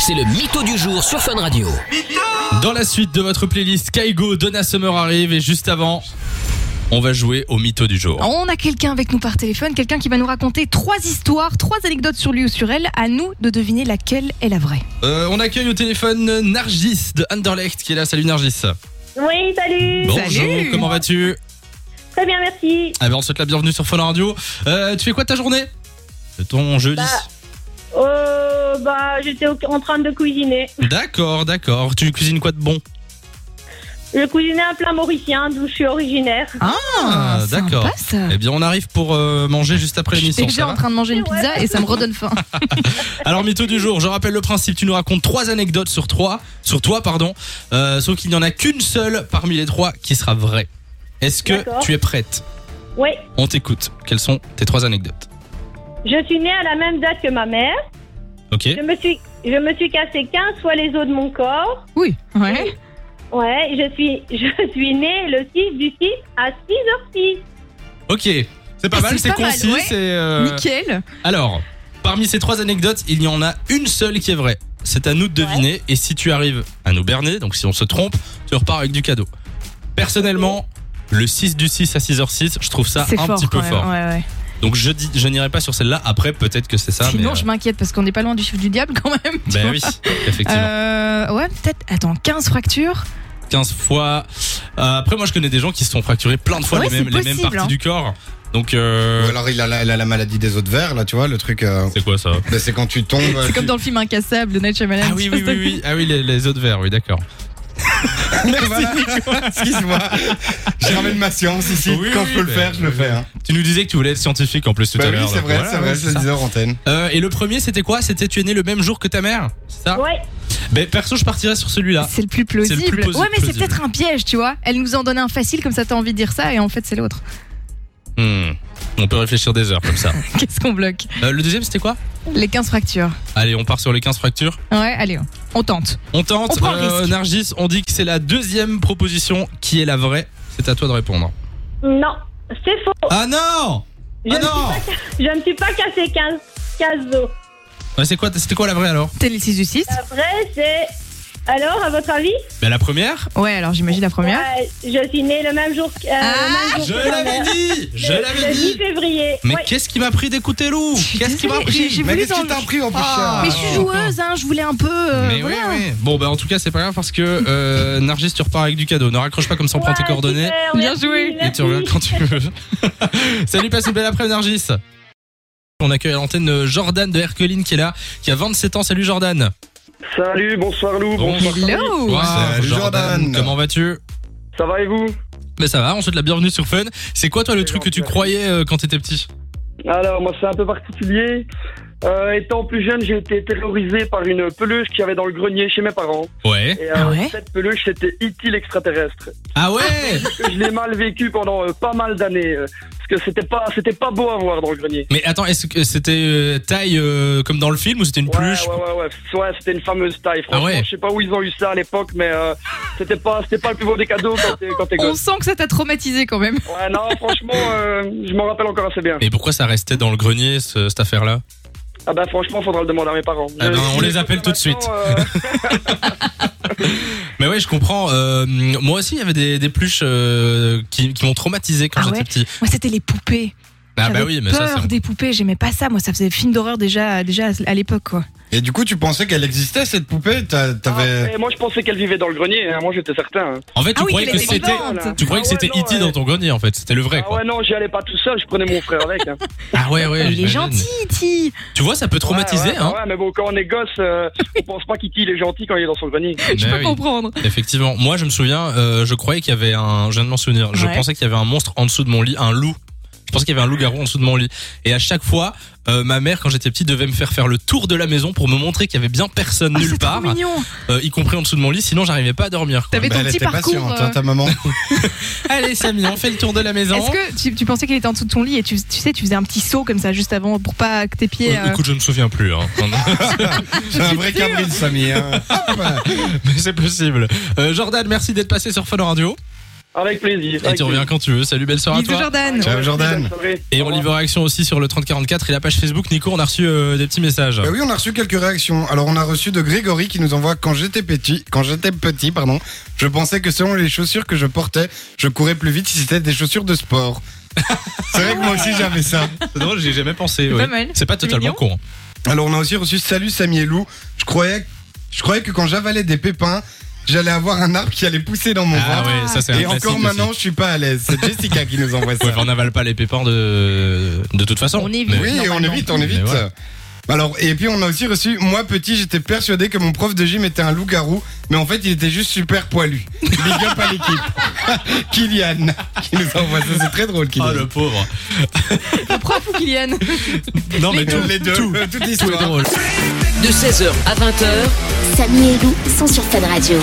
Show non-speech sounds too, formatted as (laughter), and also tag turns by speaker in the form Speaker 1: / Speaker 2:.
Speaker 1: C'est le mytho du jour sur Fun Radio.
Speaker 2: Dans la suite de votre playlist, Kaigo, Donna Summer arrive et juste avant, on va jouer au mytho du jour.
Speaker 3: On a quelqu'un avec nous par téléphone, quelqu'un qui va nous raconter trois histoires, trois anecdotes sur lui ou sur elle. À nous de deviner laquelle est la vraie.
Speaker 2: Euh, on accueille au téléphone Nargis de Anderlecht qui est là. Salut Nargis.
Speaker 4: Oui, salut.
Speaker 2: Bonjour, comment vas-tu
Speaker 4: Très bien, merci.
Speaker 2: Ah ben, On te souhaite la bienvenue sur Fun Radio. Euh, tu fais quoi de ta journée De ton jeudi
Speaker 4: Euh, bah, j'étais au- en train de cuisiner.
Speaker 2: D'accord, d'accord. Tu cuisines quoi de bon
Speaker 4: Je cuisinais un plat mauricien d'où je suis originaire.
Speaker 2: Ah, d'accord.
Speaker 3: sympa, ça.
Speaker 2: Eh bien, on arrive pour euh, manger juste après
Speaker 3: J'étais
Speaker 2: l'émission. ça
Speaker 3: déjà
Speaker 2: va
Speaker 3: en train de manger une
Speaker 4: Ouais.
Speaker 3: pizza et ça me
Speaker 2: (laughs)
Speaker 3: redonne faim.
Speaker 2: Alors mytho du jour, je rappelle le principe, tu nous racontes trois anecdotes sur trois, sur toi pardon, euh, sauf qu'il n'y en a qu'une seule parmi les trois qui sera vraie. Est-ce que
Speaker 4: D'accord.
Speaker 2: tu es prête
Speaker 4: Oui,
Speaker 2: On t'écoute. Quelles sont tes trois anecdotes
Speaker 4: je suis née à la même date que ma mère.
Speaker 2: Ok.
Speaker 4: Je me suis, je me suis cassé 15 fois les os de mon corps.
Speaker 3: Oui, ouais.
Speaker 4: Ouais, je suis, (laughs) je suis née le 6 du 6 à 6h06.
Speaker 2: Ok. C'est pas
Speaker 3: Ah,
Speaker 2: mal,
Speaker 3: c'est
Speaker 2: c'est
Speaker 3: pas mal,
Speaker 2: concis.
Speaker 3: ouais.
Speaker 2: c'est, euh,
Speaker 3: Nickel.
Speaker 2: Alors, parmi ces trois anecdotes, il y en a une seule qui est vraie. C'est à nous de deviner. Et si tu arrives à nous berner, donc si on se trompe, tu repars avec du cadeau. Personnellement, le 6 du 6 à 6h06, je trouve ça
Speaker 3: C'est
Speaker 2: un
Speaker 3: fort
Speaker 2: petit peu
Speaker 3: quand même.
Speaker 2: fort.
Speaker 3: Ouais, ouais.
Speaker 2: Donc je, dis- je n'irai pas sur celle-là. Après, peut-être que c'est ça.
Speaker 3: Sinon,
Speaker 2: mais, euh,
Speaker 3: je m'inquiète parce qu'on n'est pas loin du chiffre du diable quand même. tu
Speaker 2: Ben
Speaker 3: vois.
Speaker 2: oui, (laughs) effectivement. Euh,
Speaker 3: Euh, ouais, peut-être. Attends, 15 fractures.
Speaker 2: 15 fois. Euh, après, moi, je connais des gens qui se sont fracturés plein de fois
Speaker 3: Ouais,
Speaker 2: les, mêmes,
Speaker 3: c'est
Speaker 2: les mêmes
Speaker 3: possible,
Speaker 2: parties
Speaker 3: hein.
Speaker 2: du corps. Donc, euh,
Speaker 5: Ou alors il a, la, elle a la maladie des autres verres, là, tu vois, le truc. euh,
Speaker 2: c'est quoi ça
Speaker 5: bah, c'est quand tu tombes.
Speaker 3: C'est
Speaker 5: tu-
Speaker 3: comme
Speaker 5: (laughs)
Speaker 3: dans le film Incassable de Night Shyamalan.
Speaker 2: Ah oui, oui, oui, oui. Ah oui, les, les autres verres, oui, d'accord.
Speaker 5: Voilà. Excuse-moi. Je ramène ma science ici.
Speaker 2: Oui,
Speaker 5: quand
Speaker 2: oui,
Speaker 5: je peux le
Speaker 2: mais-
Speaker 5: faire, je le fais. hein.
Speaker 2: Tu nous disais que tu voulais être scientifique en plus tout
Speaker 5: Bah
Speaker 2: à
Speaker 5: oui,
Speaker 2: l'heure.
Speaker 5: c'est
Speaker 2: donc
Speaker 5: vrai,
Speaker 2: voilà,
Speaker 5: c'est
Speaker 2: ouais,
Speaker 5: vrai, je le
Speaker 2: ça.
Speaker 5: disais en antenne.
Speaker 2: Euh, et le premier, c'était quoi C'était tu es né le même jour que ta mère C'est ça
Speaker 4: Ouais,
Speaker 2: Mais perso, je partirais sur celui-là.
Speaker 3: (laughs) C'est le plus
Speaker 2: C'est
Speaker 3: plausible.
Speaker 2: le plus plausible,
Speaker 3: ouais, mais c'est
Speaker 2: plausible.
Speaker 3: peut-être un piège, tu vois. Elle nous en donne un facile, comme ça t'as envie de dire ça, et en fait c'est l'autre. (laughs)
Speaker 2: Hmm. On peut réfléchir des heures comme (laughs) ça.
Speaker 3: Qu'est-ce qu'on bloque
Speaker 2: Euh, le deuxième, c'était quoi
Speaker 3: Les 15 fractures.
Speaker 2: Allez, on part sur les 15 fractures.
Speaker 3: Ouais, allez, on tente.
Speaker 2: On tente, euh,
Speaker 3: On prend le risque.
Speaker 2: Nargis, on dit que c'est la deuxième proposition qui est la vraie. C'est à toi de répondre.
Speaker 4: non, c'est faux.
Speaker 2: Ah non
Speaker 4: Je,
Speaker 2: Ah
Speaker 4: me,
Speaker 2: non
Speaker 4: je me suis pas cassé 15, 15 os.
Speaker 2: Ouais, c'est quoi, C'était quoi la vraie alors
Speaker 3: T'es les 6 du 6
Speaker 4: Après, c'est. Alors, à votre avis
Speaker 2: bah, La première
Speaker 3: Ouais, alors j'imagine la première.
Speaker 4: Ouais, Je suis née le même jour, que- euh,
Speaker 3: Ah,
Speaker 4: le même
Speaker 2: Je
Speaker 4: jour que ma
Speaker 2: l'avais
Speaker 4: mère.
Speaker 2: dit Je
Speaker 4: Le-
Speaker 2: l'avais
Speaker 4: le 10
Speaker 2: dit
Speaker 4: Bah, février.
Speaker 2: Mais
Speaker 4: Ouais.
Speaker 2: qu'est-ce qui m'a pris d'écouter Lou
Speaker 3: Je suis
Speaker 2: Qu'est-ce qui m'a
Speaker 3: désolée,
Speaker 2: pris
Speaker 3: j'ai- j'ai
Speaker 5: Mais
Speaker 3: voulu
Speaker 5: qu'est-ce qui
Speaker 3: dans-
Speaker 5: t'a pris en plus
Speaker 2: Ah.
Speaker 5: cher
Speaker 3: Mais je suis
Speaker 2: d'accord.
Speaker 3: joueuse, hein, je voulais un peu. euh,
Speaker 2: mais
Speaker 3: voilà.
Speaker 2: oui, oui. Bon, bah en tout cas, c'est pas grave parce que
Speaker 3: (laughs)
Speaker 2: euh, Nargis, tu repars avec du cadeau. Ne raccroche pas comme ça, on prend tes
Speaker 4: Ouais,
Speaker 2: coordonnées.
Speaker 4: super,
Speaker 3: Bien
Speaker 4: merci,
Speaker 3: joué. Et
Speaker 2: Et tu reviens
Speaker 4: merci.
Speaker 2: quand tu veux. (laughs) Salut, passe une belle après Nargis. On accueille à l'antenne euh, Jordan de Herculine qui est là, qui a 27 ans. Salut Jordan.
Speaker 6: Salut, bonsoir Lou, bonsoir.
Speaker 3: Hello
Speaker 2: Wow,
Speaker 5: Salut, Jordan.
Speaker 2: Comment vas-tu
Speaker 6: Ça va et vous
Speaker 2: Mais ça va, on te souhaite la bienvenue sur Fun. C'est quoi toi le
Speaker 6: C'est
Speaker 2: truc que tu
Speaker 6: gentil.
Speaker 2: croyais euh, quand t'étais petit
Speaker 6: Alors moi c'est un peu particulier. Euh, étant plus jeune, j'ai été terrorisé par une peluche qu'il y avait dans le grenier chez mes parents.
Speaker 2: Ouais.
Speaker 6: Et euh,
Speaker 3: Ah ouais
Speaker 6: cette peluche c'était E.T. l'extraterrestre.
Speaker 2: Ah ouais
Speaker 6: Que je l'ai mal vécu pendant euh, pas mal d'années. euh, parce que c'était pas, c'était pas beau à voir dans le grenier.
Speaker 2: Mais attends, est-ce que c'était euh, taille euh, comme dans le film ou c'était une
Speaker 6: Ouais,
Speaker 2: pluche
Speaker 6: ouais, ouais, ouais. Ouais, c'était une fameuse taille. Franchement,
Speaker 2: ouais.
Speaker 6: je sais pas où ils ont eu ça à l'époque, mais euh, c'était pas, c'était pas le plus beau des cadeaux quand t'es, quand t'es
Speaker 3: On
Speaker 6: gosse.
Speaker 3: sent que ça t'a traumatisé quand même.
Speaker 6: Ouais, non, franchement, euh, je m'en rappelle encore assez bien.
Speaker 2: Mais pourquoi ça restait dans le grenier ce- cette affaire-là
Speaker 6: Ah bah franchement, faudra le demander à mes parents.
Speaker 2: Ah ben, on
Speaker 6: Je-
Speaker 2: les appelle tout de suite.
Speaker 6: Euh,
Speaker 2: Mais ouais, je comprends. euh, moi aussi, il y avait des, des pluches euh, qui, qui m'ont traumatisé quand
Speaker 3: Ah
Speaker 2: j'étais
Speaker 3: ouais
Speaker 2: petit.
Speaker 3: Moi, c'était les poupées.
Speaker 2: Ah
Speaker 3: J'avais
Speaker 2: bah oui, mais
Speaker 3: peur
Speaker 2: ça, c'est...
Speaker 3: des poupées, j'aimais pas ça. Moi, ça faisait film d'horreur déjà, déjà à l'époque, quoi.
Speaker 5: Et du coup, tu pensais qu'elle existait cette poupée T'as-
Speaker 6: ah,
Speaker 5: T'avais.
Speaker 6: mais moi je pensais qu'elle vivait dans le grenier, hein. moi j'étais certain. hein.
Speaker 2: En fait, tu
Speaker 3: Ah oui,
Speaker 2: croyais
Speaker 3: qu'elle
Speaker 2: que
Speaker 3: était
Speaker 2: c'était...
Speaker 3: vivante.
Speaker 2: Tu croyais que
Speaker 6: Ah ouais,
Speaker 2: c'était
Speaker 6: non,
Speaker 2: E.T.
Speaker 6: ouais.
Speaker 2: dans ton grenier en fait, c'était le vrai
Speaker 6: Ah
Speaker 2: quoi.
Speaker 6: ouais non, j'y allais pas tout seul, je prenais mon frère avec.
Speaker 2: (laughs)
Speaker 6: hein.
Speaker 2: Ah ouais ouais.
Speaker 3: Il est
Speaker 2: j'imagine.
Speaker 3: gentil, Iti.
Speaker 2: Tu vois, ça peut traumatiser
Speaker 6: ouais, ouais,
Speaker 2: hein.
Speaker 6: Ouais, mais bon, quand on est gosse, euh, on pense pas qu'Itty il est gentil quand il est dans son grenier.
Speaker 3: Je
Speaker 2: Bah
Speaker 3: peux
Speaker 2: oui.
Speaker 3: comprendre.
Speaker 2: Effectivement, moi je me souviens, euh, je croyais qu'il y avait un, je viens de m'en souvenir, je
Speaker 3: Ouais.
Speaker 2: pensais qu'il y avait un monstre en dessous de mon lit, un loup. Je pensais qu'il y avait un loup-garou en dessous de mon lit. Et à chaque fois, euh, ma mère, quand j'étais petit, devait me faire faire le tour de la maison pour me montrer qu'il y avait bien personne
Speaker 3: Ah,
Speaker 2: nulle
Speaker 3: c'est trop
Speaker 2: part,
Speaker 3: mignon.
Speaker 2: euh, y compris en dessous de mon lit, sinon j'arrivais pas à dormir. quoi.
Speaker 3: T'avais
Speaker 5: Bah,
Speaker 3: ton
Speaker 5: elle
Speaker 3: petit
Speaker 5: était
Speaker 3: parcours.
Speaker 5: patiente,
Speaker 3: euh,
Speaker 5: hein, ta
Speaker 3: (laughs)
Speaker 5: maman.
Speaker 2: Allez Samy, on fait le tour de la maison.
Speaker 3: Est-ce que tu, tu pensais qu'elle était en dessous de ton lit et tu, tu sais, tu faisais un petit saut comme ça juste avant pour pas que tes pieds.
Speaker 2: Euh,
Speaker 3: euh,
Speaker 2: écoute, je me souviens plus. Hein. (laughs)
Speaker 5: C'est un vrai
Speaker 3: sûre.
Speaker 5: Cabril, Samy. hein. Ah, bah.
Speaker 2: Mais c'est possible. Euh, Jordan, merci d'être passé sur Fun Radio.
Speaker 6: Avec plaisir.
Speaker 2: Et
Speaker 6: avec
Speaker 2: tu reviens quand tu veux. Salut, belle soirée à
Speaker 3: Bisous,
Speaker 2: toi.
Speaker 3: Jordan.
Speaker 5: Ciao, Jordan.
Speaker 6: Bonne soirée.
Speaker 2: Et
Speaker 6: Au
Speaker 2: on
Speaker 6: revoir.
Speaker 2: livre réaction aussi sur le 3044 et la page Facebook. Nico, on a reçu euh, des petits messages.
Speaker 5: Bah oui, on a reçu quelques réactions. Alors, on a reçu de Grégory qui nous envoie quand j'étais petit, quand j'étais petit, pardon, je pensais que selon les chaussures que je portais, je courais plus vite si c'était des chaussures de sport. (laughs) C'est vrai que moi aussi j'avais ça.
Speaker 2: C'est drôle, j'y ai jamais pensé.
Speaker 3: C'est
Speaker 2: ouais.
Speaker 3: pas mal.
Speaker 2: C'est pas
Speaker 3: C'est
Speaker 2: totalement
Speaker 3: mignon.
Speaker 2: con.
Speaker 5: Alors, on a aussi reçu Salut Samy et Lou. Je croyais, je croyais que quand j'avalais des pépins, j'allais avoir un arbre qui allait pousser dans mon
Speaker 2: Ah
Speaker 5: ventre.
Speaker 2: ouais, ça c'est un
Speaker 5: Et encore
Speaker 2: classique
Speaker 5: maintenant,
Speaker 2: aussi.
Speaker 5: je suis pas à l'aise. C'est Jessica qui nous envoie ça.
Speaker 2: Ouais, enfin, on n'avale pas les pépins de, de toute façon.
Speaker 3: On évite.
Speaker 2: Mais-
Speaker 5: Oui, on évite, on évite.
Speaker 2: Mais voilà.
Speaker 5: Alors, et puis on a aussi reçu, moi petit, j'étais persuadé que mon prof de gym était un loup-garou, mais en fait il était juste super poilu. Big up à l'équipe. (laughs) Kylian, qui nous envoie ça, c'est très drôle
Speaker 2: Oh
Speaker 5: Kylian.
Speaker 2: le pauvre.
Speaker 3: Le prof ou Kylian
Speaker 2: Non mais tout,
Speaker 5: les deux,
Speaker 2: (laughs) tout,
Speaker 5: toute
Speaker 2: tout est
Speaker 5: l'histoire.
Speaker 2: drôle.
Speaker 1: De 16h à 20h,
Speaker 7: Samy et Lou sont sur Fun Radio.